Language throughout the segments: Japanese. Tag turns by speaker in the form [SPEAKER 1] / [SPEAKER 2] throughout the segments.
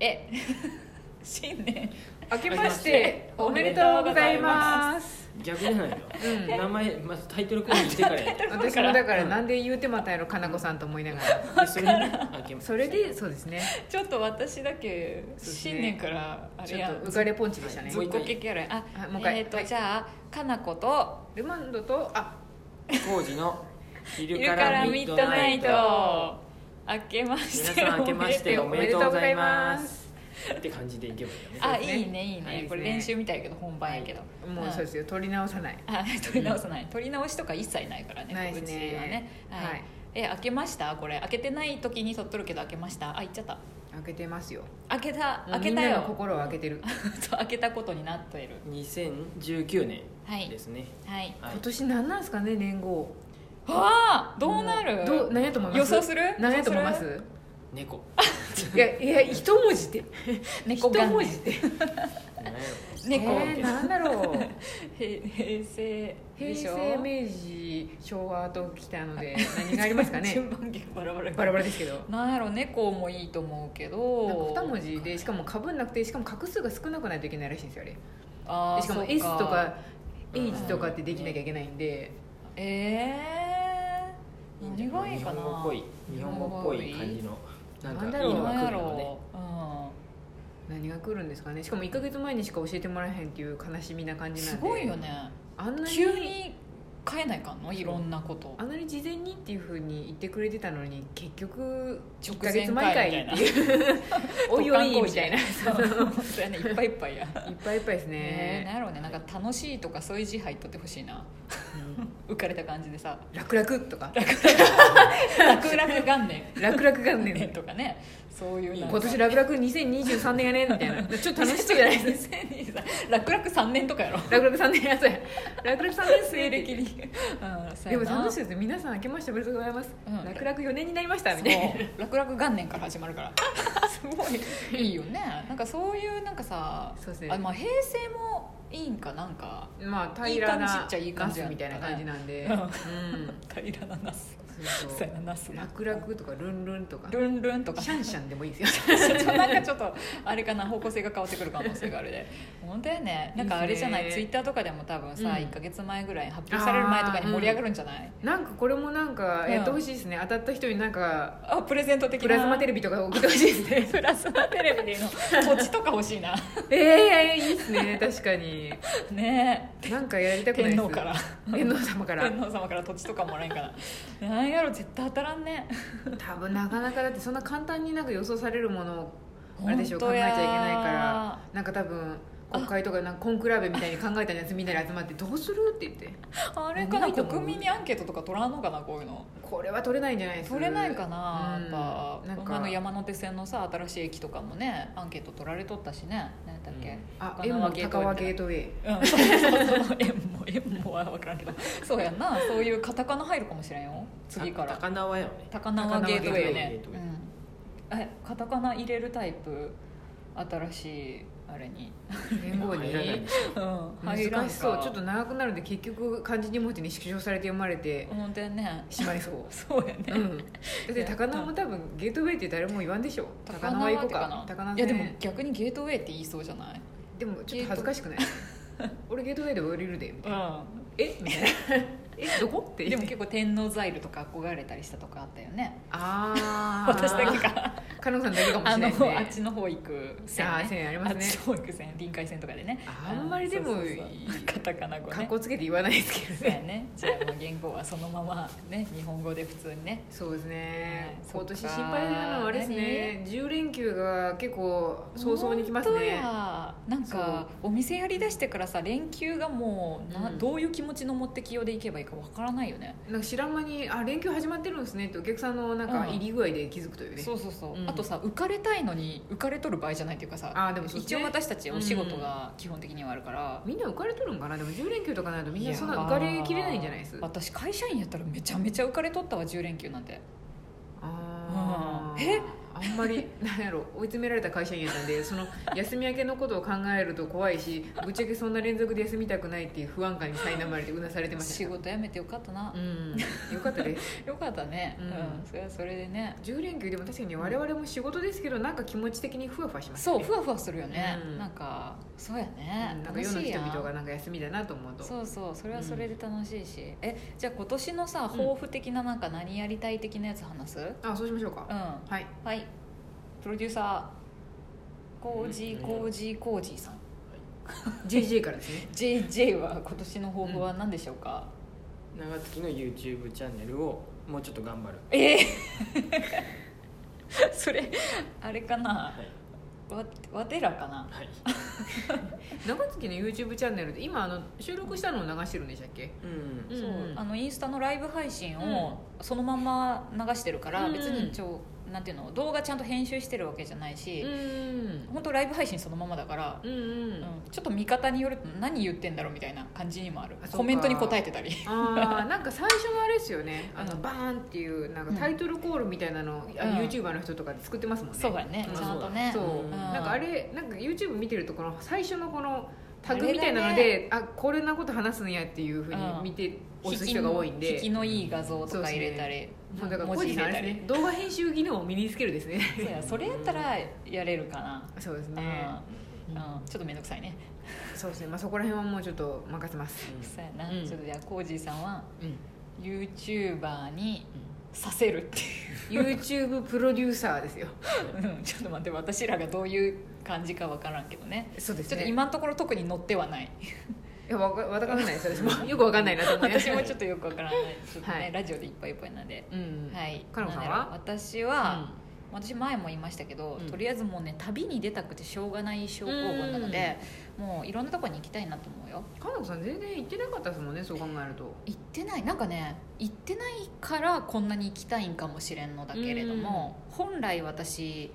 [SPEAKER 1] え 新年
[SPEAKER 2] 明けま
[SPEAKER 3] ま
[SPEAKER 2] し
[SPEAKER 3] してて
[SPEAKER 2] おめでとうございます
[SPEAKER 3] 逆じゃないよ、名前まずタイトルコールしてからやで
[SPEAKER 2] 私もだからなんで言うてまたんやろかなこさんと思いなが ら
[SPEAKER 3] それであけま
[SPEAKER 2] それでそうですね
[SPEAKER 1] ちょっと私だけ新年からあ
[SPEAKER 2] ち
[SPEAKER 1] れ
[SPEAKER 2] ょ
[SPEAKER 1] や
[SPEAKER 2] っと
[SPEAKER 1] ん
[SPEAKER 2] 浮かれポンチでしたね
[SPEAKER 3] ず
[SPEAKER 1] ず
[SPEAKER 3] っ
[SPEAKER 1] っこけキャラやあ
[SPEAKER 2] はいもう一回
[SPEAKER 1] えっ、と、
[SPEAKER 2] はい
[SPEAKER 1] じゃあかなこと
[SPEAKER 2] ルマンドとあ
[SPEAKER 3] 工事の昼
[SPEAKER 1] 昼
[SPEAKER 3] か
[SPEAKER 1] からら
[SPEAKER 3] ミ
[SPEAKER 1] ミ
[SPEAKER 3] ッ
[SPEAKER 1] ッ
[SPEAKER 3] ド
[SPEAKER 1] ド
[SPEAKER 3] ナ
[SPEAKER 1] ナ
[SPEAKER 3] イ
[SPEAKER 1] イ
[SPEAKER 3] ト
[SPEAKER 1] ト明けまして
[SPEAKER 3] 皆さん明けましておめでとうございますって感じでいけばいいよね
[SPEAKER 1] あ
[SPEAKER 2] そうです
[SPEAKER 1] い
[SPEAKER 2] ね
[SPEAKER 1] いねいいね、
[SPEAKER 2] はい
[SPEAKER 1] これ練習みたいやけど本番やけど、
[SPEAKER 2] もうそうですよ取り直さない
[SPEAKER 1] あ取り直さない取り直しとか一切ないからね
[SPEAKER 2] ないですね
[SPEAKER 1] 告知はねはい、
[SPEAKER 2] はい
[SPEAKER 1] え開けましたこれ開けてない時に撮っとるけど開けましたあ行っちゃった
[SPEAKER 2] 開けてますよ
[SPEAKER 1] 開けた開
[SPEAKER 2] み
[SPEAKER 1] け
[SPEAKER 2] ん
[SPEAKER 1] た
[SPEAKER 2] なの
[SPEAKER 1] よ
[SPEAKER 2] 心を開けてる
[SPEAKER 1] そう開けたことになっている
[SPEAKER 3] 2019年
[SPEAKER 1] はい
[SPEAKER 3] ですね、
[SPEAKER 1] はい
[SPEAKER 3] はい
[SPEAKER 2] 今年何なんですかね年号
[SPEAKER 1] はあどうなる
[SPEAKER 2] どう何やと思います
[SPEAKER 1] 予想する
[SPEAKER 2] 何やと思いま
[SPEAKER 1] 予想
[SPEAKER 2] す
[SPEAKER 3] 猫
[SPEAKER 2] いやいや一文字で
[SPEAKER 1] る猫
[SPEAKER 2] 一
[SPEAKER 1] 元
[SPEAKER 2] 文字
[SPEAKER 1] 年
[SPEAKER 2] で
[SPEAKER 3] 何や
[SPEAKER 1] 猫
[SPEAKER 2] えー何だろう
[SPEAKER 1] へ平成
[SPEAKER 2] 平
[SPEAKER 1] でしょ
[SPEAKER 2] 成明治昭和と来たので何があり ますかね
[SPEAKER 1] 順番順番バラバラ
[SPEAKER 2] バラバラですけど
[SPEAKER 1] なんやろ猫もいいと思うけ
[SPEAKER 2] なん
[SPEAKER 1] ど
[SPEAKER 2] か2文字でしかもかぶんなくてしかも画数が少なくないといけないらしいんですよあれで
[SPEAKER 1] あー
[SPEAKER 2] しかも
[SPEAKER 1] そう
[SPEAKER 2] S とか
[SPEAKER 3] うん
[SPEAKER 2] H とかってできなきゃいけないんで、
[SPEAKER 1] ええー、何がいいか
[SPEAKER 3] 日
[SPEAKER 1] な
[SPEAKER 3] 本語っぽい日本語っぽい感じのなんかいいのが
[SPEAKER 1] 何
[SPEAKER 3] 来
[SPEAKER 1] や
[SPEAKER 3] るよね
[SPEAKER 1] ろう、
[SPEAKER 2] 何が来るんですかねしかも1か月前にしか教えてもらえへんっていう悲しみな感
[SPEAKER 1] うん、
[SPEAKER 2] じな
[SPEAKER 1] す
[SPEAKER 2] んです
[SPEAKER 1] ごいよね
[SPEAKER 2] あんなに
[SPEAKER 1] 急に変えないかんのいろんなこと
[SPEAKER 2] あんなに事前にっていうふうに言ってくれてたのに結局
[SPEAKER 1] 直
[SPEAKER 2] 1か
[SPEAKER 1] 前
[SPEAKER 2] 月前かいって
[SPEAKER 1] 会み
[SPEAKER 2] いう おいおいみたいないっ
[SPEAKER 1] そうそうやねいっぱいいっぱいや
[SPEAKER 2] ぱいいっぱいです
[SPEAKER 1] えー、
[SPEAKER 2] ね、
[SPEAKER 1] なんやろうねなんか楽しいとかそういう字入っとってほしいな
[SPEAKER 2] うん
[SPEAKER 1] 浮かれた感じで さ
[SPEAKER 2] 楽々とか
[SPEAKER 1] 「楽々元年
[SPEAKER 2] 楽々元」 年
[SPEAKER 1] とかねそういうなんか
[SPEAKER 2] 今年楽々2023年やねみたいなちょっと楽し そうじゃないです
[SPEAKER 1] 2023楽々3年とかやろ
[SPEAKER 2] 楽々3年やそうや楽々3年
[SPEAKER 1] 西暦
[SPEAKER 2] 末歴
[SPEAKER 1] に、うん、そう
[SPEAKER 2] で
[SPEAKER 1] や
[SPEAKER 2] も
[SPEAKER 1] な
[SPEAKER 2] 楽しいですね皆さん明けましておめでとうございます、
[SPEAKER 1] うん
[SPEAKER 2] 楽々4年になりましたみたいな
[SPEAKER 1] そう楽々元年から始まるから すごいいいよねなんかそういうなんかさ
[SPEAKER 2] そうです
[SPEAKER 1] あ、
[SPEAKER 2] ね
[SPEAKER 1] まあ、平成もいいんかなんか
[SPEAKER 2] まあ平ら
[SPEAKER 1] い感
[SPEAKER 2] ない
[SPEAKER 1] じっちゃいい感じや
[SPEAKER 2] ナス
[SPEAKER 1] ん
[SPEAKER 2] みたいな感じなんで、
[SPEAKER 1] うん
[SPEAKER 2] うん
[SPEAKER 1] 平らなナス
[SPEAKER 2] そう
[SPEAKER 1] そ
[SPEAKER 2] そう
[SPEAKER 1] うやなナス
[SPEAKER 2] 楽々とかルンルンとか
[SPEAKER 1] ルンルンとか
[SPEAKER 2] シャンシャンでもいいですよ
[SPEAKER 1] なんかちょっとあれかな方向性が変わってくる可能性があるで本当やねなんかあれじゃない
[SPEAKER 2] いいね
[SPEAKER 1] ツイッターとかでも多分さ、
[SPEAKER 2] うん
[SPEAKER 1] 1か月前ぐらい発表される前とかに盛り上がるんじゃない
[SPEAKER 2] なんかこれもなんかやってほしいですね、当たった人になんか
[SPEAKER 1] あプレゼント的な
[SPEAKER 2] プラズマテレビとか送ってほ しいですね
[SPEAKER 1] プラズマテレビでの土地とか欲しいな
[SPEAKER 2] ええいいですね確 かに
[SPEAKER 1] ね
[SPEAKER 2] なんかやりた
[SPEAKER 1] え
[SPEAKER 2] くないです
[SPEAKER 1] 天皇から
[SPEAKER 2] 天皇様から
[SPEAKER 1] 天皇様から土地とかもらえんかななんやろ絶対当たらんね
[SPEAKER 2] 多分なかなかだってそんな簡単になんか予想されるものをあれでしょう考
[SPEAKER 1] 本
[SPEAKER 2] え
[SPEAKER 1] 当や
[SPEAKER 2] ちゃいけないからなんか多分国会とかなんかコンクラベみたいに考えたやつみんなで集まってどうするって言って
[SPEAKER 1] あれかな
[SPEAKER 2] ないと思う
[SPEAKER 1] 国民にアンケートとか取らんのかなこういうの
[SPEAKER 2] これは取れないんじゃないですか
[SPEAKER 1] 取れないかな、
[SPEAKER 2] うん
[SPEAKER 1] やっぱ
[SPEAKER 2] なん
[SPEAKER 1] あ
[SPEAKER 2] か
[SPEAKER 1] の山手線のさ新しい駅とかもねアンケート取られとったしね何だっけ、
[SPEAKER 2] あ
[SPEAKER 1] 他
[SPEAKER 2] M
[SPEAKER 1] の
[SPEAKER 2] も
[SPEAKER 1] ゲート
[SPEAKER 2] 高輪ゲートウェイ
[SPEAKER 1] うん、そうそう そう円も円もは分からんけどそうやんなそういうカタカナ入るかもしれんよ次か
[SPEAKER 3] た
[SPEAKER 1] ら
[SPEAKER 3] 高輪よね
[SPEAKER 1] 高輪ゲートウェイね
[SPEAKER 3] 高輪ゲートウェイ
[SPEAKER 1] うん、えカタカナ入れるタイプ新しいあれに、
[SPEAKER 2] 年号
[SPEAKER 3] 入らない
[SPEAKER 2] に
[SPEAKER 3] んですよ
[SPEAKER 1] うん、入らんか
[SPEAKER 2] 難しそうちょっと長くなるんで結局漢字2文字に縮小されて読まれて
[SPEAKER 1] 本当やね
[SPEAKER 2] しま いそう
[SPEAKER 1] そうやね、
[SPEAKER 2] うん、だって高輪も多分ゲートウェイって誰も言わんでしょ高輪行こうか高輪
[SPEAKER 1] いやでも
[SPEAKER 2] 線
[SPEAKER 1] 逆にゲートウェイって言いそうじゃない
[SPEAKER 2] でもちょっと恥ずかし くない俺ゲートウェイで降りるでみたいな
[SPEAKER 1] う
[SPEAKER 2] えみたいなえどこって
[SPEAKER 1] んで
[SPEAKER 2] 言っ
[SPEAKER 1] も
[SPEAKER 2] て
[SPEAKER 1] 結構天王ザイルとか憧れたりしたとかあったよね
[SPEAKER 2] ああ
[SPEAKER 1] 私だけか
[SPEAKER 2] かのさんだけかもし
[SPEAKER 1] あの
[SPEAKER 2] れないですね
[SPEAKER 1] あっちの方行く線、ね、
[SPEAKER 2] あー線ありますね
[SPEAKER 1] あっちの方行く線臨海線とかでね
[SPEAKER 2] あんまりでも
[SPEAKER 1] うそうそうカタカナ語
[SPEAKER 2] 格
[SPEAKER 1] ね
[SPEAKER 2] 好つけて言わないですけ
[SPEAKER 1] そ
[SPEAKER 2] ど
[SPEAKER 1] う
[SPEAKER 2] ね
[SPEAKER 1] やねじゃあもう言語はそのままね日本語で普通にね
[SPEAKER 2] そうですね
[SPEAKER 1] はい
[SPEAKER 2] 今年
[SPEAKER 1] そ
[SPEAKER 2] 心
[SPEAKER 1] っか
[SPEAKER 2] 配なのはあれですね10連休が結構早々に来ます
[SPEAKER 1] 本当
[SPEAKER 2] ね
[SPEAKER 1] やなんかお店やりだしてからさ連休がもうな、
[SPEAKER 2] うん
[SPEAKER 1] どういう気持ちの持ってきようでいけばいいかわからないよね
[SPEAKER 2] なんか知らん間にあ連休始まってるんですねってお客さんのなんか入り具合で気づくというね、
[SPEAKER 1] そうそうそう、
[SPEAKER 2] うん
[SPEAKER 1] あとさ浮かれたいのに浮かれとる場合じゃないっていうかさ
[SPEAKER 2] あーでもそうです
[SPEAKER 1] 一
[SPEAKER 2] ね
[SPEAKER 1] 応私たちお仕事が基本的にはあるから、
[SPEAKER 2] みんな浮かれとるんかなでも10連休とかないとみん
[SPEAKER 1] い
[SPEAKER 2] な
[SPEAKER 1] やー
[SPEAKER 2] そんな浮かれきれないんじゃないです
[SPEAKER 1] 私会社員やったらめちゃめちゃ浮かれとったわ10連休なんて、
[SPEAKER 2] あー
[SPEAKER 1] え
[SPEAKER 2] あんまりなんやろ追い詰められた会社員やったんでその休み明けのことを考えると怖いしぶっちゃけそんな連続で休みたくないっていう不安感に苛まれてうなされてまし
[SPEAKER 1] 仕
[SPEAKER 2] た
[SPEAKER 1] 事辞めてよかったな、
[SPEAKER 2] うんよかったです
[SPEAKER 1] よかったね
[SPEAKER 2] う
[SPEAKER 1] うんん、それはそれでね
[SPEAKER 2] 10連休でも確かに我々も仕事ですけどなんか気持ち的にふわふわします
[SPEAKER 1] そう
[SPEAKER 2] ね
[SPEAKER 1] ふわふわするよね、
[SPEAKER 2] うん
[SPEAKER 1] なんかそうや
[SPEAKER 2] う
[SPEAKER 1] ね、
[SPEAKER 2] んなんか
[SPEAKER 1] 楽
[SPEAKER 2] 世の
[SPEAKER 1] しい
[SPEAKER 2] 人
[SPEAKER 1] やん
[SPEAKER 2] 々がなんか休みだなと思うと
[SPEAKER 1] そうそうそれはそれで楽しいし、えじゃあ今年のさ抱負的ななんか何やりたい的なやつ話すうん、
[SPEAKER 2] あそうしましょうか、はい
[SPEAKER 1] はいプロデューサーコージーコージーコージーさん
[SPEAKER 2] JJ からですね
[SPEAKER 1] JJ は今年の抱負は何でしょうか、
[SPEAKER 3] 長月の YouTube チャンネルをもうちょっと頑張る
[SPEAKER 1] えー それあれかな
[SPEAKER 3] はい
[SPEAKER 1] わわてらかな
[SPEAKER 3] はい
[SPEAKER 2] 長月の YouTube チャンネルで今あの収録したのを流してるんでしたっけ
[SPEAKER 3] うん
[SPEAKER 2] うん
[SPEAKER 1] そうあのインスタのライブ配信をそのまんま流してるから、
[SPEAKER 2] うん
[SPEAKER 1] 別にちょなんていうの動画ちゃんと編集してるわけじゃないし、
[SPEAKER 2] うん
[SPEAKER 1] 本当ライブ配信そのままだから、
[SPEAKER 2] うんう
[SPEAKER 1] うん
[SPEAKER 2] ん
[SPEAKER 1] ちょっと見方によると何言ってんだろうみたいな感じにもある
[SPEAKER 2] あそうか
[SPEAKER 1] コメントに答えてたり
[SPEAKER 2] あーなんか最初のあれですよねあの
[SPEAKER 1] うん
[SPEAKER 2] バーンっていうなんかタイトルコールみたいなの、あ
[SPEAKER 1] うん
[SPEAKER 2] の YouTuber の人とかで作ってますもんね
[SPEAKER 1] そうだよね、
[SPEAKER 2] うん
[SPEAKER 1] ちゃんとね
[SPEAKER 2] そう、
[SPEAKER 3] うん
[SPEAKER 2] なんかあれなんか YouTube 見てるとこの最初のこのタグみたいなのであ,、これなこと話すんやっていうふうに見て押す人が多いん
[SPEAKER 1] 引
[SPEAKER 2] で
[SPEAKER 1] きのいい画像とか入れたり、
[SPEAKER 2] もうだから
[SPEAKER 1] 文
[SPEAKER 2] 個
[SPEAKER 1] 字
[SPEAKER 2] 人
[SPEAKER 1] 入
[SPEAKER 2] さんあ
[SPEAKER 1] れた
[SPEAKER 2] れで
[SPEAKER 1] り
[SPEAKER 2] すね動画編集技能を身につけるですね
[SPEAKER 1] そうやそれやったらやれるかな、
[SPEAKER 2] そうです
[SPEAKER 1] うん
[SPEAKER 2] ね
[SPEAKER 1] うんちょっと面倒くさいね、
[SPEAKER 2] そうですね、まあ、そこら辺はもうちょっと任せます、
[SPEAKER 1] そうやな、
[SPEAKER 2] うん
[SPEAKER 1] ちょっとじゃあコージーさんは
[SPEAKER 2] うん
[SPEAKER 1] YouTuber にさせるっていう
[SPEAKER 2] YouTube プロデューサーですよ
[SPEAKER 1] うんちょっと待って私らがどういう感じか分からんけどね
[SPEAKER 2] そうです
[SPEAKER 1] ちょ
[SPEAKER 2] ね
[SPEAKER 1] っと今のところ特に乗っては ない
[SPEAKER 2] いやわかわからないです 私もよくわかんないなと思いま
[SPEAKER 1] 私
[SPEAKER 2] す
[SPEAKER 1] もちょっとよくわからないちょっとね、
[SPEAKER 2] はい
[SPEAKER 1] ラジオでいっぱいいっぱいなんで、
[SPEAKER 2] うん
[SPEAKER 1] はい
[SPEAKER 2] かのこさんは
[SPEAKER 1] なだろう私は、私前も言いましたけど、
[SPEAKER 2] うん
[SPEAKER 1] とりあえずもうね旅に出たくてしょうがない症候群なので、もういろんなとこに行きたいなと思うよ
[SPEAKER 2] かのこさん全然行ってなかったですもんねそう考えると
[SPEAKER 1] 行ってないなんかね行ってないからこんなに行きたいんかもしれんのだけれども、本来私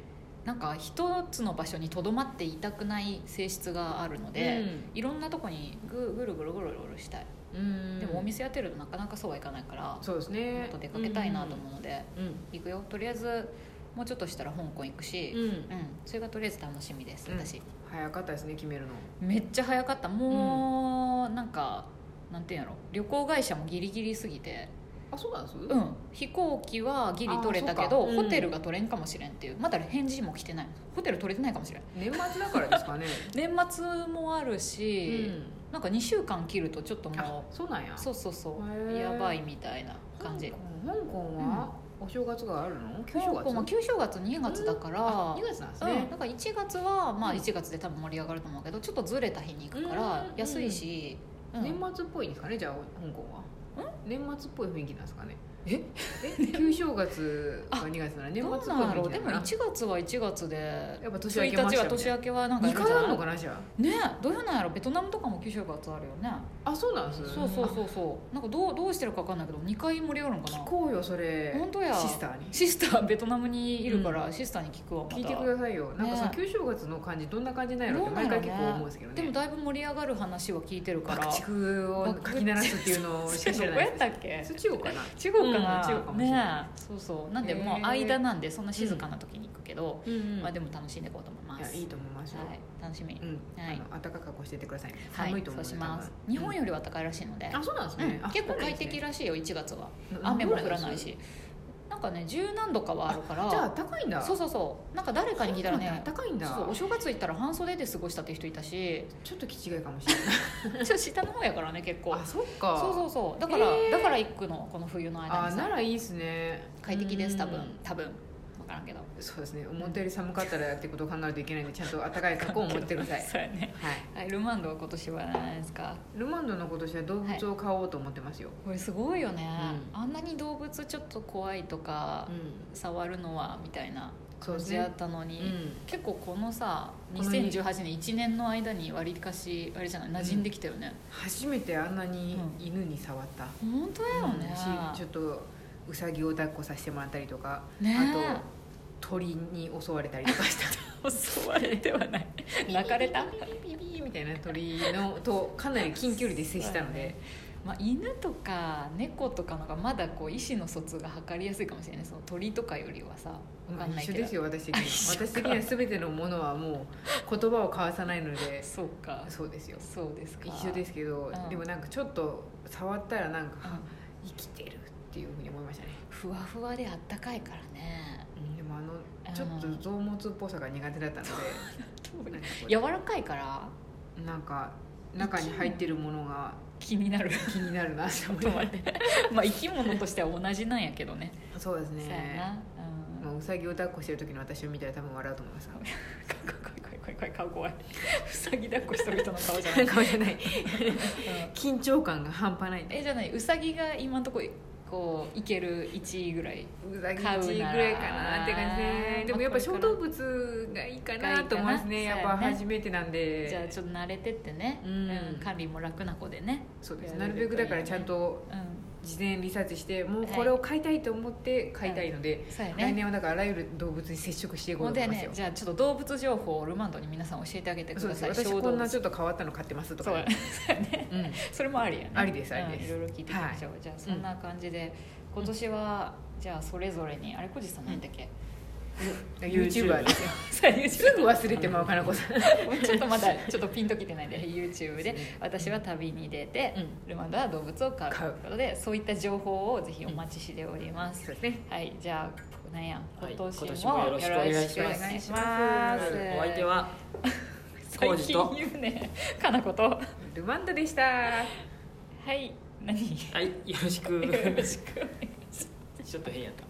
[SPEAKER 1] なんか一つの場所にとどまっていたくない性質があるので、いろんなとこにぐぐるぐるぐるぐるしたい、
[SPEAKER 2] うん、うん
[SPEAKER 1] でもお店やってるとなかなかそうはいかないから
[SPEAKER 2] そうです
[SPEAKER 1] もっ
[SPEAKER 2] ね
[SPEAKER 1] と出かけたいなと思うので、
[SPEAKER 2] うん
[SPEAKER 1] 行くよとりあえずもうちょっとしたら香港行くし、
[SPEAKER 2] うん、うん
[SPEAKER 1] うんそれがとりあえず楽しみです
[SPEAKER 2] うん
[SPEAKER 1] 私、
[SPEAKER 2] 早かったですね決めるの
[SPEAKER 1] めっちゃ早かったもう、なんかなんていうんやろ旅行会社もギリギリすぎて
[SPEAKER 2] あそうなんです
[SPEAKER 1] うん、飛行機はギリ取れたけ
[SPEAKER 2] あ
[SPEAKER 1] ど、
[SPEAKER 2] そうかうん
[SPEAKER 1] ホテルが取れんかもしれんっていうまだ返事も来てないホテル取れてないかもしれん
[SPEAKER 2] 年末だからで すかね、
[SPEAKER 1] 年末もある
[SPEAKER 2] う
[SPEAKER 1] し、
[SPEAKER 2] ん、
[SPEAKER 1] なんか2週間切るとちょっと
[SPEAKER 2] あ
[SPEAKER 1] も
[SPEAKER 2] そうなんや
[SPEAKER 1] うそうそうそ
[SPEAKER 2] へ
[SPEAKER 1] う
[SPEAKER 2] ー
[SPEAKER 1] やばいみたいな感じ
[SPEAKER 2] 香港香港はお正月があるの旧
[SPEAKER 1] 香
[SPEAKER 2] 正
[SPEAKER 1] 港は
[SPEAKER 2] 月
[SPEAKER 1] 旧正月2月だから、
[SPEAKER 2] あ2月なんです
[SPEAKER 1] うん、
[SPEAKER 2] ね
[SPEAKER 1] だ、から1月はまあ
[SPEAKER 2] うん
[SPEAKER 1] 1月で多分盛り上がると思うけどちょっとずれた日に行くから
[SPEAKER 2] うん
[SPEAKER 1] 安いし、うん
[SPEAKER 2] 年末っぽいんですかねじゃあ香港は年末っぽい雰囲気なんですかね
[SPEAKER 1] え
[SPEAKER 2] え旧正月が2月なら年末っ
[SPEAKER 1] ど
[SPEAKER 2] ぽいう
[SPEAKER 1] なんだろ
[SPEAKER 2] 雰囲
[SPEAKER 1] う
[SPEAKER 2] 気
[SPEAKER 1] で
[SPEAKER 2] なの
[SPEAKER 1] も
[SPEAKER 2] かな
[SPEAKER 1] 1月は1月で
[SPEAKER 2] やっぱ年明け
[SPEAKER 1] 1
[SPEAKER 2] まし
[SPEAKER 1] 日
[SPEAKER 2] た
[SPEAKER 1] は
[SPEAKER 2] よ
[SPEAKER 1] 年明けはなんか
[SPEAKER 2] 2
[SPEAKER 1] るじ
[SPEAKER 2] 回
[SPEAKER 1] ゃ
[SPEAKER 2] あ
[SPEAKER 1] ん
[SPEAKER 2] るのかなじゃあ
[SPEAKER 1] ねえどういうなんやろベトナムとかも旧正月あるよね
[SPEAKER 2] あそうなんです
[SPEAKER 1] そうそうそうそうなんかどうどうしてるか分かんないけど2回盛り上がるのか
[SPEAKER 2] 聞
[SPEAKER 1] な
[SPEAKER 2] こうよそれ
[SPEAKER 1] 本当や
[SPEAKER 2] シスターに
[SPEAKER 1] シスターベトナムにいるから、
[SPEAKER 2] う
[SPEAKER 1] シスターに聞くわまた
[SPEAKER 2] 聞いてくださいよなんかその
[SPEAKER 1] ね
[SPEAKER 2] 旧正月の感じどんな感じなんやろって
[SPEAKER 1] どうな
[SPEAKER 2] 毎
[SPEAKER 1] んやろ
[SPEAKER 2] 回
[SPEAKER 1] ね
[SPEAKER 2] 結構思うんですけどね
[SPEAKER 1] でもだいぶ盛り上がる話は聞いてるから
[SPEAKER 2] 爆竹をかき鳴らすっていうのしか知らない
[SPEAKER 1] どこやったっけ
[SPEAKER 2] それ中国かな
[SPEAKER 1] 中国かな、
[SPEAKER 2] うん中国かもしれない
[SPEAKER 1] ねえそうそうなんで
[SPEAKER 2] へえ
[SPEAKER 1] もう間なんでそんな静かな時に行くけど、
[SPEAKER 2] うんうん
[SPEAKER 1] まあでも楽しんでいこうと思いま
[SPEAKER 2] いや
[SPEAKER 1] す
[SPEAKER 2] いいと思いますよ
[SPEAKER 1] はい楽しみ、
[SPEAKER 2] うん
[SPEAKER 1] はい
[SPEAKER 2] あの暖かくこうしててください
[SPEAKER 1] はい
[SPEAKER 2] 寒いと思
[SPEAKER 1] そううし
[SPEAKER 2] よ
[SPEAKER 1] ます
[SPEAKER 2] 多分
[SPEAKER 1] 日本よりは高いらしいので、
[SPEAKER 2] あそうなんです
[SPEAKER 1] うん
[SPEAKER 2] ねあ
[SPEAKER 1] 結構
[SPEAKER 2] そうなん
[SPEAKER 1] 快
[SPEAKER 2] ですね
[SPEAKER 1] 適らしいよ1月は
[SPEAKER 2] な
[SPEAKER 1] 雨も降らないしなんかね十何度かはあるから
[SPEAKER 2] じゃあ暖かいんだ
[SPEAKER 1] そうそうそうなんか誰かに聞いたらね
[SPEAKER 2] 暖かいん
[SPEAKER 1] そう
[SPEAKER 2] だ
[SPEAKER 1] そうお正月行ったら半袖で過ごしたって人いた し
[SPEAKER 2] ちょっと気違いかもしれない
[SPEAKER 1] ちょっと下の方やからね結構
[SPEAKER 2] あそっか
[SPEAKER 1] そうそうそうだから、
[SPEAKER 2] へー
[SPEAKER 1] だから行くのこの冬の間
[SPEAKER 2] あ
[SPEAKER 1] に
[SPEAKER 2] な
[SPEAKER 1] さ
[SPEAKER 2] らいいですね
[SPEAKER 1] 快適です多
[SPEAKER 2] う
[SPEAKER 1] 分
[SPEAKER 2] ん
[SPEAKER 1] 多分分からんけど
[SPEAKER 2] そうですね思ったより寒かったらってことを考えるといけないんでちゃんと暖かい格好を持ってください
[SPEAKER 1] そうやね
[SPEAKER 2] はい
[SPEAKER 1] はいルマンドは今年は何ですか
[SPEAKER 2] ルマンドの今年は動物を飼おうと思ってますよ、
[SPEAKER 1] これすごいよね、
[SPEAKER 2] う
[SPEAKER 1] あんなに動物ちょっと怖いとか、
[SPEAKER 2] うん
[SPEAKER 1] 触るのはみたいな
[SPEAKER 2] そう
[SPEAKER 1] 感
[SPEAKER 2] です
[SPEAKER 1] じや
[SPEAKER 2] ね
[SPEAKER 1] ったのに、
[SPEAKER 2] うん
[SPEAKER 1] 結構このさ
[SPEAKER 2] このに
[SPEAKER 1] 2018年1年の間にわりかしあれじゃない馴染んできたよね、
[SPEAKER 2] 初めてあんなに犬に触った、
[SPEAKER 1] 本当だよね、
[SPEAKER 2] うんしちょっとウサギを抱っこさせてもらったりとか、
[SPEAKER 1] ねえ
[SPEAKER 2] あと鳥に襲われたりとかした
[SPEAKER 1] 襲われてはない 泣かれた
[SPEAKER 2] ビビビビビビみたいな鳥のとかなり近距離で接したので
[SPEAKER 1] まあ、犬とか猫とかのがまだこう意思の疎通が図りやすいかもしれないその鳥とかよりはさ分かんない
[SPEAKER 2] 一
[SPEAKER 1] け
[SPEAKER 2] 緒
[SPEAKER 1] ど、
[SPEAKER 2] ですよ私 的
[SPEAKER 1] あ一緒
[SPEAKER 2] に
[SPEAKER 1] か
[SPEAKER 2] 私的には全てのものはもう言葉を交わさないので
[SPEAKER 1] そうか
[SPEAKER 2] そうですよ
[SPEAKER 1] そうですか
[SPEAKER 2] 一緒ですけど、
[SPEAKER 1] うん
[SPEAKER 2] でもなんかちょっと触ったらなんか、
[SPEAKER 1] うん
[SPEAKER 2] あ生きてるっていうふうに思いましたね、
[SPEAKER 1] ふわふわであったかいからね
[SPEAKER 2] でもあの
[SPEAKER 1] うん
[SPEAKER 2] ちょっと臓物っぽさが苦手 だったので、なんかこう
[SPEAKER 1] 柔らかいから
[SPEAKER 2] なんか中に入ってるものが
[SPEAKER 1] 気になる
[SPEAKER 2] 気になるなって思い
[SPEAKER 1] と
[SPEAKER 2] ま
[SPEAKER 1] 思っ
[SPEAKER 2] して
[SPEAKER 1] まあ生き物としては同じなんやけどね
[SPEAKER 2] たそうです
[SPEAKER 1] そうや
[SPEAKER 2] ね
[SPEAKER 1] な、うん、
[SPEAKER 2] まあ、うさぎを抱っこしてる時の私を見たら多分笑うと思います
[SPEAKER 1] 怖い怖い怖い怖い顔怖いふさぎ抱っこしてる人の顔じゃない、
[SPEAKER 2] な
[SPEAKER 1] うんん
[SPEAKER 2] かじゃない緊張感が半端ないん で
[SPEAKER 1] えじゃないうさぎが今のところこういける1位ぐらいう
[SPEAKER 2] さぎ
[SPEAKER 1] 飼うなら
[SPEAKER 2] 1位ぐらいかなって感じででもやっぱ小動物がいいかなと思いますね
[SPEAKER 1] がい
[SPEAKER 2] や
[SPEAKER 1] い
[SPEAKER 2] っ
[SPEAKER 1] かな
[SPEAKER 2] ぱ初めてなんで
[SPEAKER 1] じゃあちょっと慣れてってね、
[SPEAKER 2] うん
[SPEAKER 1] 管理も楽な子でね、
[SPEAKER 2] そうです
[SPEAKER 1] や
[SPEAKER 2] な
[SPEAKER 1] れ
[SPEAKER 2] る
[SPEAKER 1] る
[SPEAKER 2] べ
[SPEAKER 1] と
[SPEAKER 2] くだからちゃんと
[SPEAKER 1] うん、
[SPEAKER 2] 事前リサーチしてもうこれを飼いたいと思って飼いたいので、
[SPEAKER 1] そうや
[SPEAKER 2] 来
[SPEAKER 1] ね
[SPEAKER 2] 年はだからあらゆる動物に接触していこう
[SPEAKER 1] ほ
[SPEAKER 2] と
[SPEAKER 1] ん
[SPEAKER 2] 思
[SPEAKER 1] で
[SPEAKER 2] います
[SPEAKER 1] ね
[SPEAKER 2] よ、
[SPEAKER 1] じゃあちょっと動物情報をルマンドに皆さん教えてあげてく
[SPEAKER 2] そう
[SPEAKER 1] だ
[SPEAKER 2] で
[SPEAKER 1] さ
[SPEAKER 2] す
[SPEAKER 1] い
[SPEAKER 2] 私
[SPEAKER 1] 小
[SPEAKER 2] こ
[SPEAKER 1] 動
[SPEAKER 2] ん
[SPEAKER 1] 物
[SPEAKER 2] なちょっと変わったの飼ってますと
[SPEAKER 1] そう
[SPEAKER 2] か、
[SPEAKER 1] や
[SPEAKER 2] うん、
[SPEAKER 1] それもありやね
[SPEAKER 2] ありですありです
[SPEAKER 1] うんいろいろ聞いていきましょう、じゃあそんな感じで、今年はじゃあそれぞれにあれ小路さんなんだっけ、
[SPEAKER 2] YouTuber ですよ
[SPEAKER 1] そうや YouTube
[SPEAKER 2] すぐ忘れてまうかなこさん、
[SPEAKER 1] ちょっとまだちょっとピンときてないんで YouTube で
[SPEAKER 2] ね
[SPEAKER 1] 私は旅に出て、
[SPEAKER 2] う
[SPEAKER 1] ルマンドは動物を飼うと
[SPEAKER 2] 飼
[SPEAKER 1] いううことでそういった情報をぜひお待ちしております、
[SPEAKER 2] そうですね
[SPEAKER 1] はいじゃあなんや
[SPEAKER 3] はい
[SPEAKER 1] 今年も
[SPEAKER 3] 今年もよろしくお願いします
[SPEAKER 1] よろくお願いし
[SPEAKER 3] は
[SPEAKER 1] ま
[SPEAKER 3] い
[SPEAKER 1] す
[SPEAKER 3] お相手は
[SPEAKER 1] 最
[SPEAKER 3] 浩二
[SPEAKER 1] 近
[SPEAKER 3] と
[SPEAKER 1] 言うねかなことは
[SPEAKER 2] ルマンダでした
[SPEAKER 1] い何よ
[SPEAKER 3] はいよろしく
[SPEAKER 1] ろしくお願いします
[SPEAKER 3] ちょっと変やった